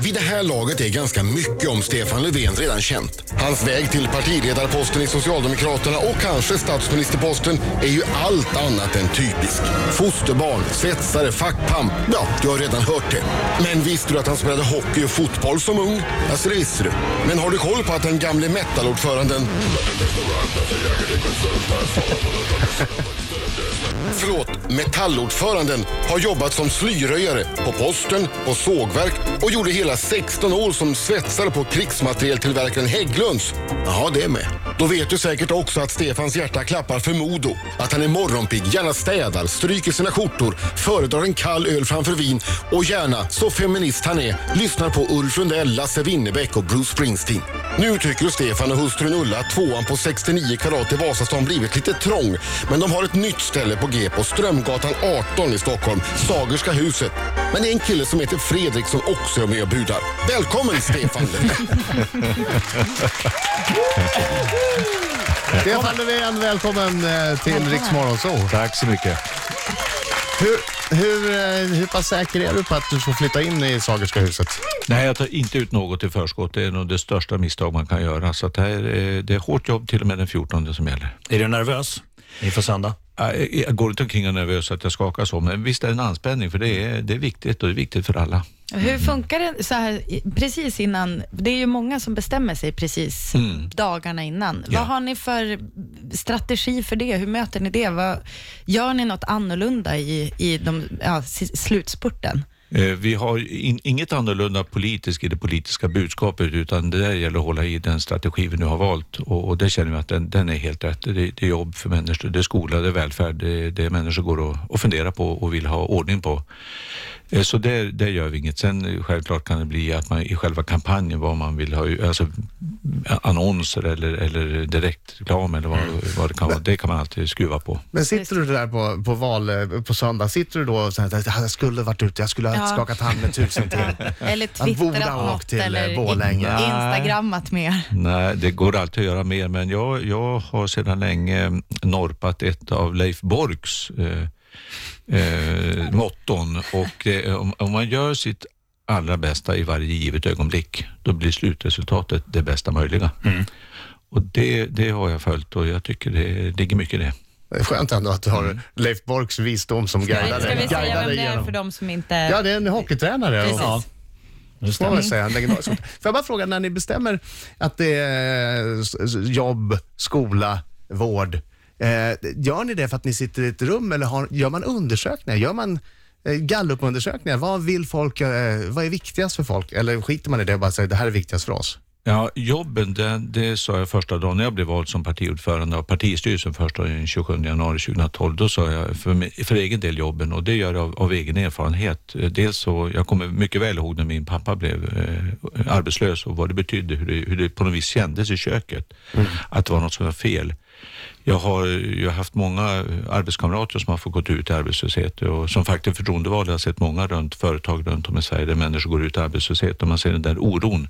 Vid det här laget är ganska mycket om Stefan Löfven redan känt. Hans väg till partiledarposten i Socialdemokraterna och kanske statsministerposten är ju allt annat än typisk. Fosterbarn, svetsare, fackpamp. Ja, du har redan hört det. Men visste du att han spelade hockey och fotboll som ung? Alltså det visste du. Men har du koll på att den gamle metalordföranden Förlåt, metallordföranden har jobbat som slyröjare på posten, på sågverk och gjorde hela 16 år som svetsare på krigsmaterieltillverkaren Hägglunds. Jaha, det med. Då vet du säkert också att Stefans hjärta klappar för Modo. Att han är morgonpigg, gärna städar, stryker sina skjortor, föredrar en kall öl framför vin och gärna, så feminist han är, lyssnar på Ulf Lundell, Lasse Winnerbäck och Bruce Springsteen. Nu tycker Stefan och hustrun Ulla att tvåan på 69 kvadrat i Vasastan blivit lite trång. Men de har ett nytt ställe på G på Strömgatan 18 i Stockholm, Sagerska huset. Men det är en kille som heter Fredrik som också är med och budar. Välkommen Stefan! Stefan Löfven, välkommen eh, till Rix Morgonzoo. Tack så mycket. Hur, hur, eh, hur pass säker är du på att du får flytta in i Sagerska huset? Nej, jag tar inte ut något i förskott. Det är nog det största misstag man kan göra. Så att det, här, är- det är hårt jobb till och med den 14 som gäller. Är du nervös inför söndag? Jag- Jag går inte omkring och är nervös att jag skakar så, men visst är det en anspänning för det är, det är viktigt och det är viktigt för alla. Hur funkar det så här i- precis innan? Det är ju många som bestämmer sig precis dagarna innan. Ja. Vad har ni för strategi för det? Hur möter ni det? Vad, gör ni något annorlunda i, i de, ja, si- slutspurten? Eh, Vi har in, inget annorlunda politiskt i det politiska budskapet utan det där gäller att hålla i den strategi vi nu har valt och, och det känner vi att den, den är helt rätt. Det, det är jobb för människor, det är skola, det är välfärd, det, det är människor går och, och funderar på och vill ha ordning på. Eh, Så det, det gör vi inget. Sen eh, självklart kan det bli att man i själva kampanjen, vad man vill ha, alltså annonser eller, eller direktreklam eller vad, vad det kan vara, det kan man alltid skruva på. Men sitter du där på, på val eh, på söndag, sitter du då så här, jag skulle varit ute, jag skulle ha Ja. skakat hand med tusen till. Eller Han borde ha twittrat åkt något till, eh, eller i- Borlänge. Nej. instagrammat mer? Nej, det går alltid att göra mer, men jag, jag har sedan länge norpat ett av Leif Borks eh, eh, motton och eh, om, om man gör sitt allra bästa i varje givet ögonblick, då blir slutresultatet det bästa möjliga. Och det, det har jag följt och jag tycker det ligger mycket i det. Det är skönt ändå att du har Leif Borks visdom som guidar Ska vi dig. säga guidar vem dig det är igenom. för de som inte... Ja, det är en hockeytränare. Precis. Ja. Just Får man det. väl säga, en legendarisk ort. Får jag bara fråga, när ni bestämmer att det är s- s- jobb, skola, vård, eh, gör ni det för att ni sitter i ett rum eller har, gör man undersökningar? Gör man eh, gallupundersökningar? Vad vill folk, eh, vad är viktigast för folk? Eller skiter man i det och bara säger det här är viktigast för oss? Ja, jobben, det, det sa jag första dagen när jag blev vald som partiordförande av partistyrelsen första dagen den 27 januari 2012. Då sa jag för, mig- för egen del jobben och det gör jag av, av egen erfarenhet. Eh, Dels så, jag kommer mycket väl ihåg när min pappa blev eh, arbetslös och vad det betydde, hur det, hur det på något vis kändes i köket. Att det var något som var fel. Jag har ju haft många arbetskamrater som har fått gått ut i arbetslöshet och som faktiskt förtroendevald har jag sett många runt företag runt om i Sverige där människor går ut i arbetslöshet och man ser den där oron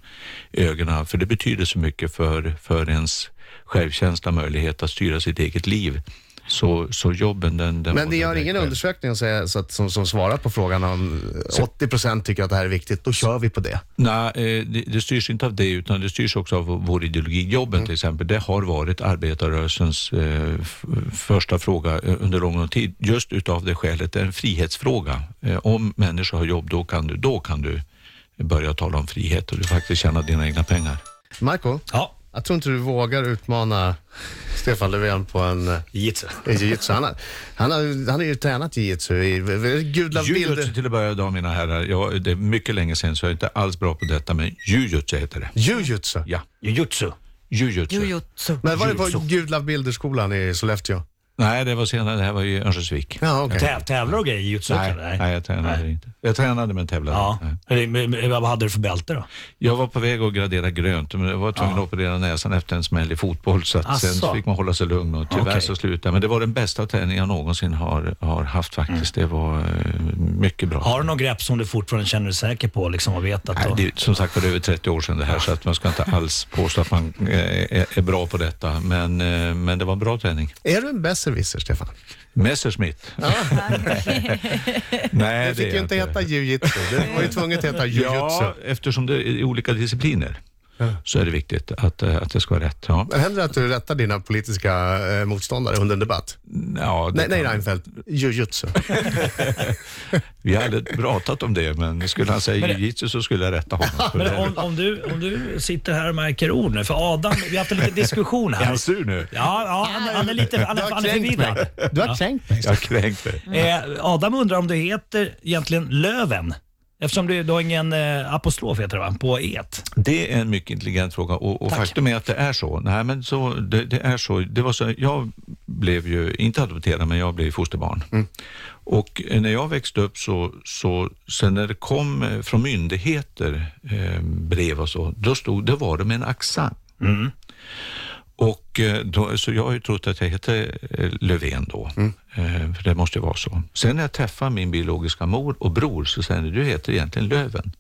i ögonen för det betyder så mycket för, för ens självkänsla, möjlighet att styra sitt eget liv. Så, så jobben den... den Men ni gör den- ingen undersökning och säger, så att, som, som svarar på frågan om eh, 80 procent tycker att det här är viktigt, då kör vi på det. Nej, eh, det, det styrs inte av det utan det styrs också av vår ideologi. Jobben till exempel, det har varit arbetarrörelsens eh, f- första fråga eh, under lång tid. Just utav det skälet, det är en frihetsfråga. Eh, om människor har jobb, då kan du, då kan du börja tala om frihet och du faktiskt tjäna dina egna pengar. Marco, Ja, jag tror inte du vågar utmana Stefan Löfven på en eh, jitsu. i jiu-jitsu. Han, har- han, har, han har ju tränat jiu-jitsu i v- gudla Jujutsu bilder. till att börja med, mina herrar. Ja, det är mycket länge sedan så jag är inte alls bra på detta, men jujutsu heter det. Jujutsu. Ja, Jujutsu. jujutsu. Jujutsu. Men var det på Jujutsu. Gudla Bilderskolan i Sollefteå? Nej, det var senare. Det här var i Örnsköldsvik. Ja, okej. Tä- Tävlar och grejer i jujutsu? Nej, eller? nej, jag tränade inte. Jag tränade men tävlade Ja. inte. Eller, men- men Vad hade du för bälte då? Jag var på väg att gradera grönt, men jag var tvungen att operera näsan efter en smäll i fotboll, så att Asså. sen så fick man hålla sig lugn och tyvärr Okej. så slutade jag. Men det var den bästa träning jag någonsin har, har haft faktiskt. Mm. Det var eh, mycket bra. Har du någon grepp som du fortfarande känner dig säker på liksom, och vet att... Nej, då- det, är som sagt var det är över 30 år sedan det här, så att man ska inte alls påstå att man eh, är, är bra på detta. Men, eh, men det var en bra träning. Är du en bäst besserwisser, Stefan? Messerschmitt. Nej, Det fick är ju inte jag heta jujitsu. Det var ju tvunget att heta jujutsu. Ja, eftersom det är olika discipliner så är det viktigt att, eh, att det ska vara rätt. Ja. Men Händer det att du rättar dina politiska eh, motståndare under en debatt? Ja, det Nej, nej kan- Reinfeldt, jujutsu. Vi hade pratat om det, men skulle han säga jiu-jitsu så skulle jag rätta honom. För Men det- om, om, du, om du sitter här och märker ord nu, för Adam, vi har haft en liten diskussion Är här. han sur nu? Ja, ja han, han är lite han, är- han är förvirrad. Du har kränkt mig. Jag kränkte. Eh, Adam undrar om du heter egentligen Löven? Eftersom du, du har ingen eh, apostrof heter det va? På E. et. Det är en mycket intelligent fråga och, och faktum är att det är så. Nej, men så, det, det är så. Det var så. Jag blev ju, inte adopterad, men jag blev fosterbarn. Och eh, när jag växte upp så, så sen när det kom eh, från myndigheter eh, brev och så, då stod det var det med en accent. Och eh, då, så jag har ju trott att jag heter eh, Löfven då, Eh, för det måste ju vara så. Sen när jag träffar min biologiska mor och bror så säger de, du heter egentligen Löven.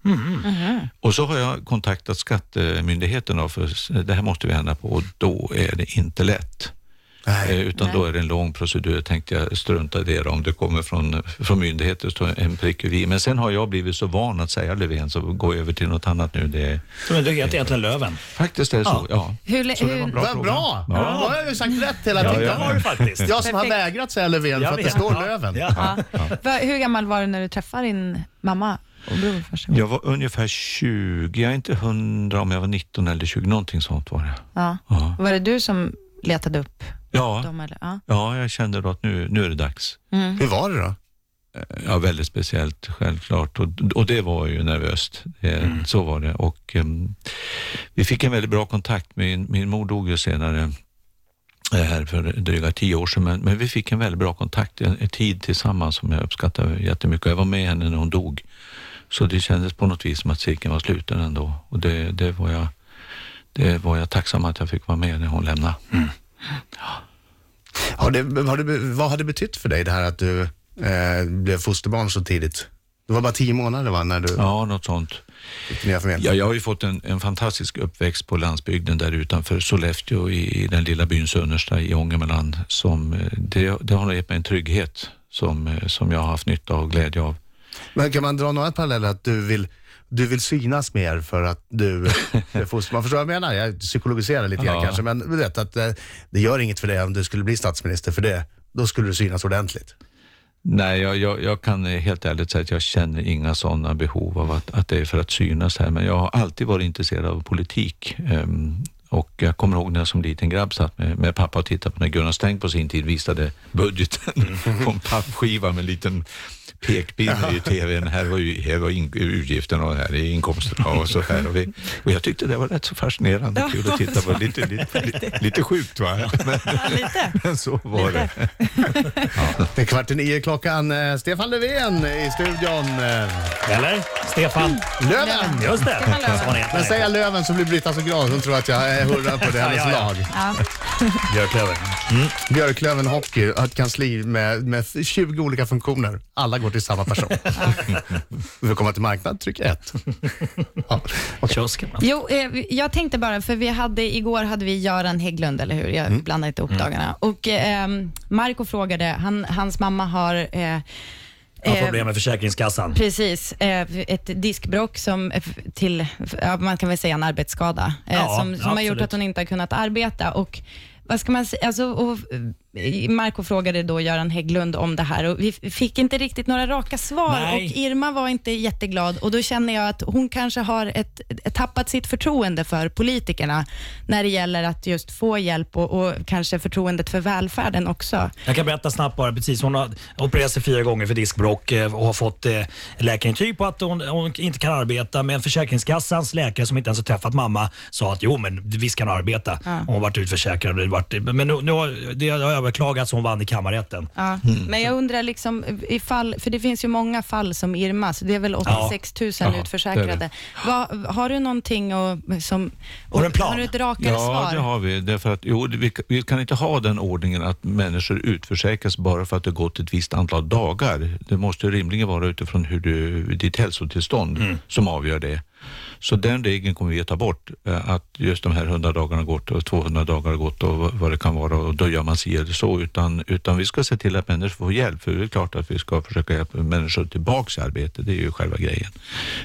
Och så har jag kontaktat Skattemyndigheten då, för s- det här måste vi ändra på och då är det inte lätt. Eh, Utan då är det en lång procedur, tänkte jag strunta i det då, om det kommer från, från myndigheter så en prick över i. Men sen har jag blivit så van att säga Löfven så går jag över till något annat nu. Det är, Men du heter egentligen Löven. faktiskt är det så, ja. Hur, le- det var hur, bra. Vad fråga. bra! Ja. Då har jag ju sagt rätt hela Ja, tiden. det har du faktiskt. Jag som har Perfekt. vägrat säga Löfven för Jag att det vet. står Ja. Löven. Ja. ja. Va- hur gammal var du när du träffade din mamma och bror första gången? Jag var ungefär 20, jag är inte 100 om jag var 19 eller 20, någonting sånt var det. Ja. Ja, Var det du som letade upp ja, dem? Eller? Ja. ja jag kände då att nu, nu är det dags. Hur var det då? Ja, väldigt speciellt självklart och, och det var ju nervöst. Eh, Så var det och em, vi fick en väldigt bra kontakt. Min, min mor dog ju senare eh, här för dryga tio år sedan, men, men vi fick en väldigt bra kontakt, en, en tid tillsammans som jag uppskattar jättemycket. Jag var med henne när hon dog, så det kändes på något vis som att cirkeln var sluten ändå och det, det, var jag, det var jag tacksam att jag fick vara med när hon lämnade. Har det, har det, vad har det betytt för dig det här att du eh, blev fosterbarn så tidigt? Det var bara tio månader va, när du Ja, något sånt. fick nya familjen? Ja, jag har ju fått en, en fantastisk uppväxt på landsbygden där utanför Sollefteå i, i den lilla byn Sunnersta i Ångermanland. Som, eh, det, det har nog gett mig en trygghet som, eh, som jag har haft nytta och glädje av. Men kan man dra några paralleller att du vill, du vill synas mer för att du är fosterbarn? Förstår du vad jag menar? Jag psykologiserar lite grann Ja. kanske, men du vet att eh, det gör inget för dig om du skulle bli statsminister för det. Då skulle du synas ordentligt. Nej, jag, jag, jag kan eh, helt ärligt säga att jag känner inga sådana behov av att, att det är för att synas här, men jag har alltid varit intresserad av politik. ehm, och jag kommer ihåg när jag som liten grabb satt med, med pappa och tittade på när Gunnar Sträng på sin tid visade budgeten på en pappskiva med en liten pekpinne i tvn. Här var, ju, här var in, utgifterna och här är inkomsterna och så här. Och, vi, och jag tyckte det var rätt så fascinerande kul att titta på. Lite, lite, lite, lite sjukt va? Men, Lite. men så var det. Det är kvart i nio klockan. eh, Stefan Löfven i studion. eh, Eller? Stefan? Löven! Just det. Löven. Som han heter. Men säger jag Löven så blir Britta så glad. Hon tror att jag eh, hurrar på det, hennes Ja, ja, ja. lag. Ja. Björklöven. Mm. Björklöven Hockey har ett kansli med, med 20 olika funktioner. Alla går till samma person. Vi får komma till marknad, tryck 1. Ja. Kiosken. va? Jo, eh, vi- jag tänkte bara, för vi hade, igår hade vi Göran Hägglund, eller hur? Jag blandar inte ihop dagarna. Och eh, ehm, Marco frågade, han, hans mamma har eh, Han har eh, problem med Försäkringskassan. Precis, eh, ett diskbråck som eh, f- till, f- ja, man kan väl säga en arbetsskada, eh, Ja, som, som har absolut. gjort att hon inte har kunnat arbeta. Och vad ska man säga? Alltså, och, eh, Marco frågade då Göran Hägglund om det här och vi f- fick inte riktigt några raka svar Nej. och Irma var inte jätteglad och då känner jag att hon kanske har ett, ett, tappat sitt förtroende för politikerna när det gäller att just få hjälp och, och kanske förtroendet för välfärden också. Jag kan berätta snabbt bara. Precis, hon har opererat sig fyra gånger för diskbråck eh, och har fått eh, läkarintyg på att hon, hon inte kan arbeta. Men Försäkringskassans läkare som inte ens har träffat mamma sa att jo, men visst kan hon arbeta. Hon har varit utförsäkrad. och det har varit- Men nu, nu har, det har överklagats och hon vann i kammarrätten. Ja. Men jag undrar liksom ifall, för det finns ju många fall som Irma, så det är väl 86 000 Ja, det är utförsäkrade. det. Vad- har du någonting och, som... Har du en plan? Har du ett rakare Ja, svar? det har vi. Därför att, jo, det- vi, vi kan inte ha den ordningen att människor utförsäkras bara för att det gått ett visst antal dagar. Det måste rimligen vara utifrån hur du, ditt hälsotillstånd som avgör det. Så den regeln kommer vi att ta bort, eh, att just de här 100 dagarna har gått och 200 dagar har gått och vad- vad det kan vara och då gör man si eller så, utan, utan vi ska se till att människor får hjälp, för det är klart att vi ska försöka hjälpa människor tillbaks i arbete, det är ju själva grejen.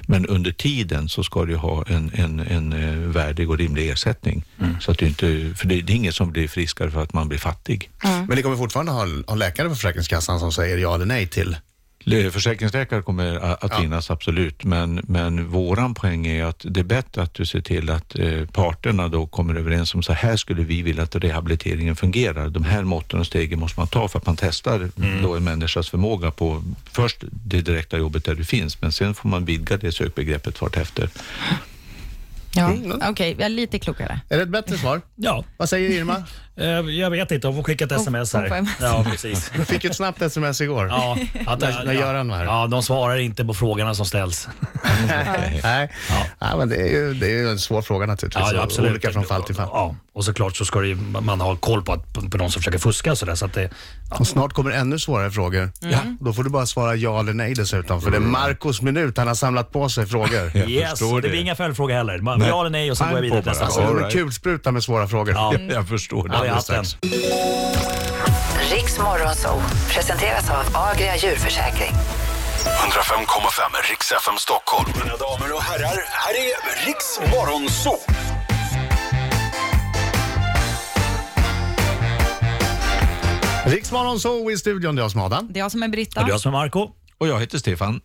Men under tiden så ska du ha en, en, en eh, värdig och rimlig ersättning, så att du inte, för det, det är ingen som blir friskare för att man blir fattig. Men ni kommer fortfarande ha, ha läkare på Försäkringskassan som säger ja eller nej till Le- Försäkringsläkare kommer a- att finnas, absolut, men, men våran poäng är att det är bättre att du ser till att eh, parterna då kommer överens om så här skulle vi vilja att rehabiliteringen fungerar. De här måtten och stegen måste man ta för att man testar då en människas förmåga på först det direkta jobbet där du finns, men sen får man vidga det sökbegreppet vartefter. Ja. Okej, jag är lite klokare. Är det ett bättre svar? Ja, Vad säger Irma? eh, jag vet inte. Hon får skicka ett sms hon får här. sms. Ja, precis. Du fick ett snabbt sms igår. Ja, att, När- när Göran var här. Ja, de svarar inte på frågorna som ställs. Nej, nej. Ja, men det, är ju, det är ju en svår fråga naturligtvis. Ja, ja, och absolut. Alltså, Olika från fall till fall. Ja, och såklart så ska det ju, man ha koll på, att, på, på de som försöker fuska och sådär. Så att det, ja. Och snart kommer ännu svårare frågor. Ja. Mm. Då får du bara svara ja eller nej dessutom. För det är Marcos minut, han har samlat på sig frågor. Jag Yes, det förstår blir inga följdfrågor heller. Man- Ja eller nej och sen Pang går jag vidare på till nästa. bara. Alltså, Alltså, de är Alright. kulspruta med svåra frågor. Ja. Jag förstår det. Ja, vi har alldeles haft den. strax. Riks Morgonzoo presenteras av Agria djurförsäkring. 105,5 Riks FM Stockholm. Mina damer och herrar, här är Riks Morgonzoo. Riksmorgon så i studion, det är jag som är Adam. Det är jag som är Ja, Britta. Du har som Marco. Och jag heter Stefan.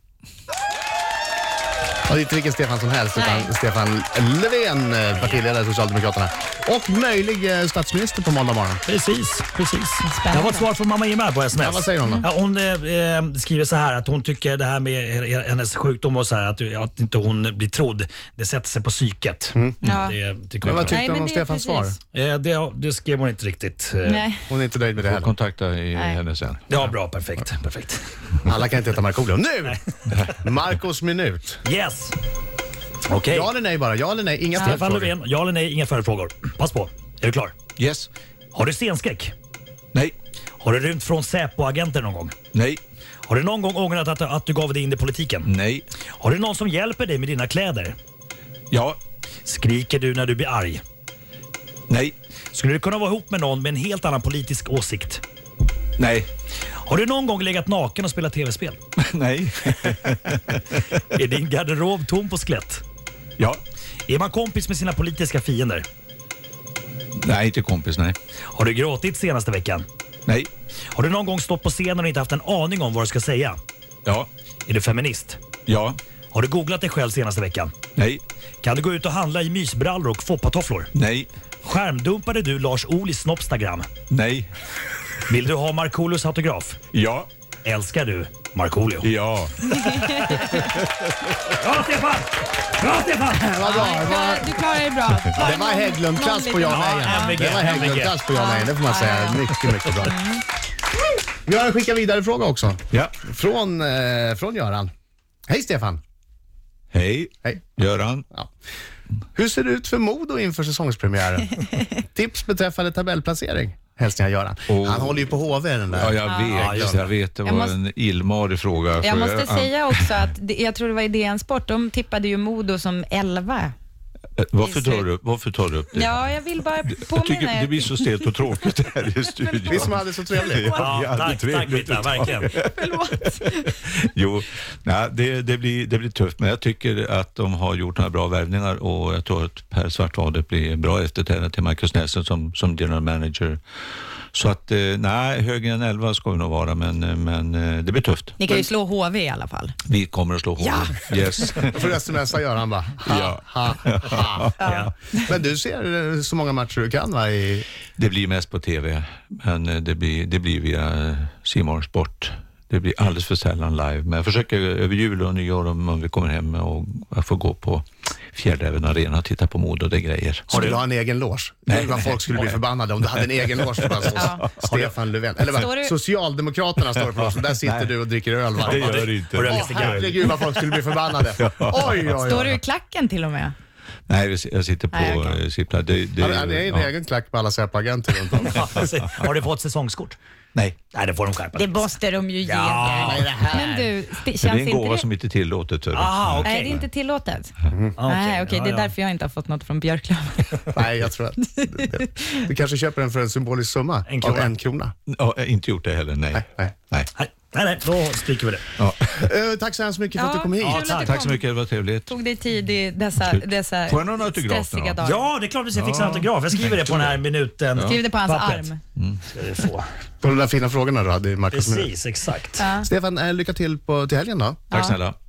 Och det är inte vilken Stefan som helst, utan Nej. Stefan Löfven, eh, partiledare för Socialdemokraterna. Och möjlig eh, statsminister på måndag morgon. Precis, precis. Spännande. Jag har ett svar från mamma Irma här på sms. Ja, vad säger hon då? Ja, hon eh, eh, skriver så här att hon tycker det här med hennes sjukdom och så här att, att inte hon blir trodd, det sätter sig på psyket. Mm. Ja. Det, tycker Men hon vad inte. tyckte Nej, hon men om det är Stefans svar? precis. Eh, det, det skrev hon inte riktigt. eh. Nej. Hon är inte nöjd med det heller. Kontakta i henne sen. Ja, bra. Perfekt. perfekt. Alla kan inte heta Markoolio. Nu! Marcos minut. Yes! Okej. Ja eller nej bara, ja eller nej, inga Stefan följdfrågor. Löfven, ja eller nej? Inga följdfrågor. Pass på. Är du klar? Yes. Har du scenskräck? Nej. Har du rymt från Säpo-agenter någon gång? Nej. Har du någon gång ångrat att, att du gav dig in i politiken? Nej. Har du någon som hjälper dig med dina kläder? Ja. Skriker du när du blir arg? Nej. Skulle du kunna vara ihop med någon med en helt annan politisk åsikt? Nej. Har du någon gång legat naken och spelat tv-spel? Nej. Är din garderob tom på skelett? Ja. Är man kompis med sina politiska fiender? Nej, inte kompis. Nej. Har du gråtit senaste veckan? Nej. Har du någon gång stått på scenen och inte haft en aning om vad du ska säga? Ja. Är du feminist? Ja. Har du googlat dig själv senaste veckan? Nej. Kan du gå ut och handla i mysbrallor och foppatofflor? Nej. Skärmdumpade du Lars Ohlys snoppstagram? Nej. Vill du ha Markoolios autograf? Ja. Älskar du Markoolio? Ja. Bra Stefan! Bra Stefan! Vad bra, det var- Du klarar dig bra. Bara Det var någon- någon Hägglund-klass liten- på Jan Ja, Ejen. Det MVG, var Hägglund-klass på Jan Ejen, det får man säga. Mycket, mycket bra. Mm. Vi har en skicka vidare-fråga också. Ja. Från, eh, från Göran. Hej Stefan! Hej. Hej. Göran. Hur ser det ut för Modo inför säsongspremiären? Tips beträffande tabellplacering. Hälsningar Göran. Oh. Han håller ju på HV den där. Ja, jag vet. just jag vet. Det var Jag måste- en illmarig fråga. Jag för- måste Ja. säga också att det, jag tror det var i DN Sport, de tippade ju Modo som 11. Eh, Varför tar du upp, varför tar du upp det? Ja, jag vill bara Jag påminna tycker det blir er. så stelt och tråkigt här i studion. Vi som hade så trevligt. Ja, tack, tack Britta, verkligen. Förlåt. Jo, nej, det, det, blir, det blir tufft, men jag tycker att de har gjort några bra värvningar och jag tror att Per Svarthader blir en bra efterträdare till Marcus Nelson som, som general manager. Så att, eh, nej, högre än 11 ska vi nog vara, men, men eh, det blir tufft. Ni kan ju slå HV i alla fall. Vi kommer att slå hål. Yes. Då får du smsa Göran bara. Ha, Ja. ha, ha. Ja. Men du ser eh, så många matcher du kan va? I... Det blir mest på TV, men eh, det blir, det blir via Simon Sport. Det blir alldeles för sällan live, men jag försöker över jul och nyår om vi kommer hem och jag får gå på Fjärdäven Arena och titta på mod och det grejer. Skulle du ha en egen loge? Nej, vad folk skulle bli förbannade om du hade en egen loge. för att stå- Stefan Löfven. Eller Står vad? du- Socialdemokraterna står på logen. Där sitter du och dricker öl varje dag. det inte. Och Åh, röker cigarr. herregud vad folk skulle bli förbannade. Oj, oj, oj. Står du i klacken till och med? Nej, vi- jag sitter på Nej, okej. eh, sittplats. Det, det, Han, han är en ja. egen klack med alla Säpo-agenter runt om. Ja, precis. Har du fått säsongskort? Nej. Nej, det får de skärpa Det till. måste de ju ge Ja. dig det här. Men du, st- känns Det är en inte gåva det... som inte är Mm. tillåtet. Mm. hörru. Ah, okej. Nej, det är inte tillåtet. Ah, okej. Nej, okej, det är Ja, ja. därför jag inte har fått något från Björklöven. Nej, jag tror att det- det- du kanske köper den för en symbolisk summa En av krona. en krona. Ja, jag har inte gjort det heller, nej. Nej, nej. nej. Nej, nej, nej, då stryker vi det. Ja. Eh, tack så hemskt mycket för att du kom hit. kul att du Tack så kom. mycket, det var trevligt. Tog dig tid i dessa, Slut. dessa Får jag någon autograf nu stressiga då? dagar. Ja, det är klart vi ska fixa en autograf. Jag skriver det på den här minuten. Skriv det på hans Pappret. arm. Ska vi få. På de där fina frågorna du hade, Marcus. Precis, exakt. Stefan, eh, lycka till på, till helgen då. Tack snälla.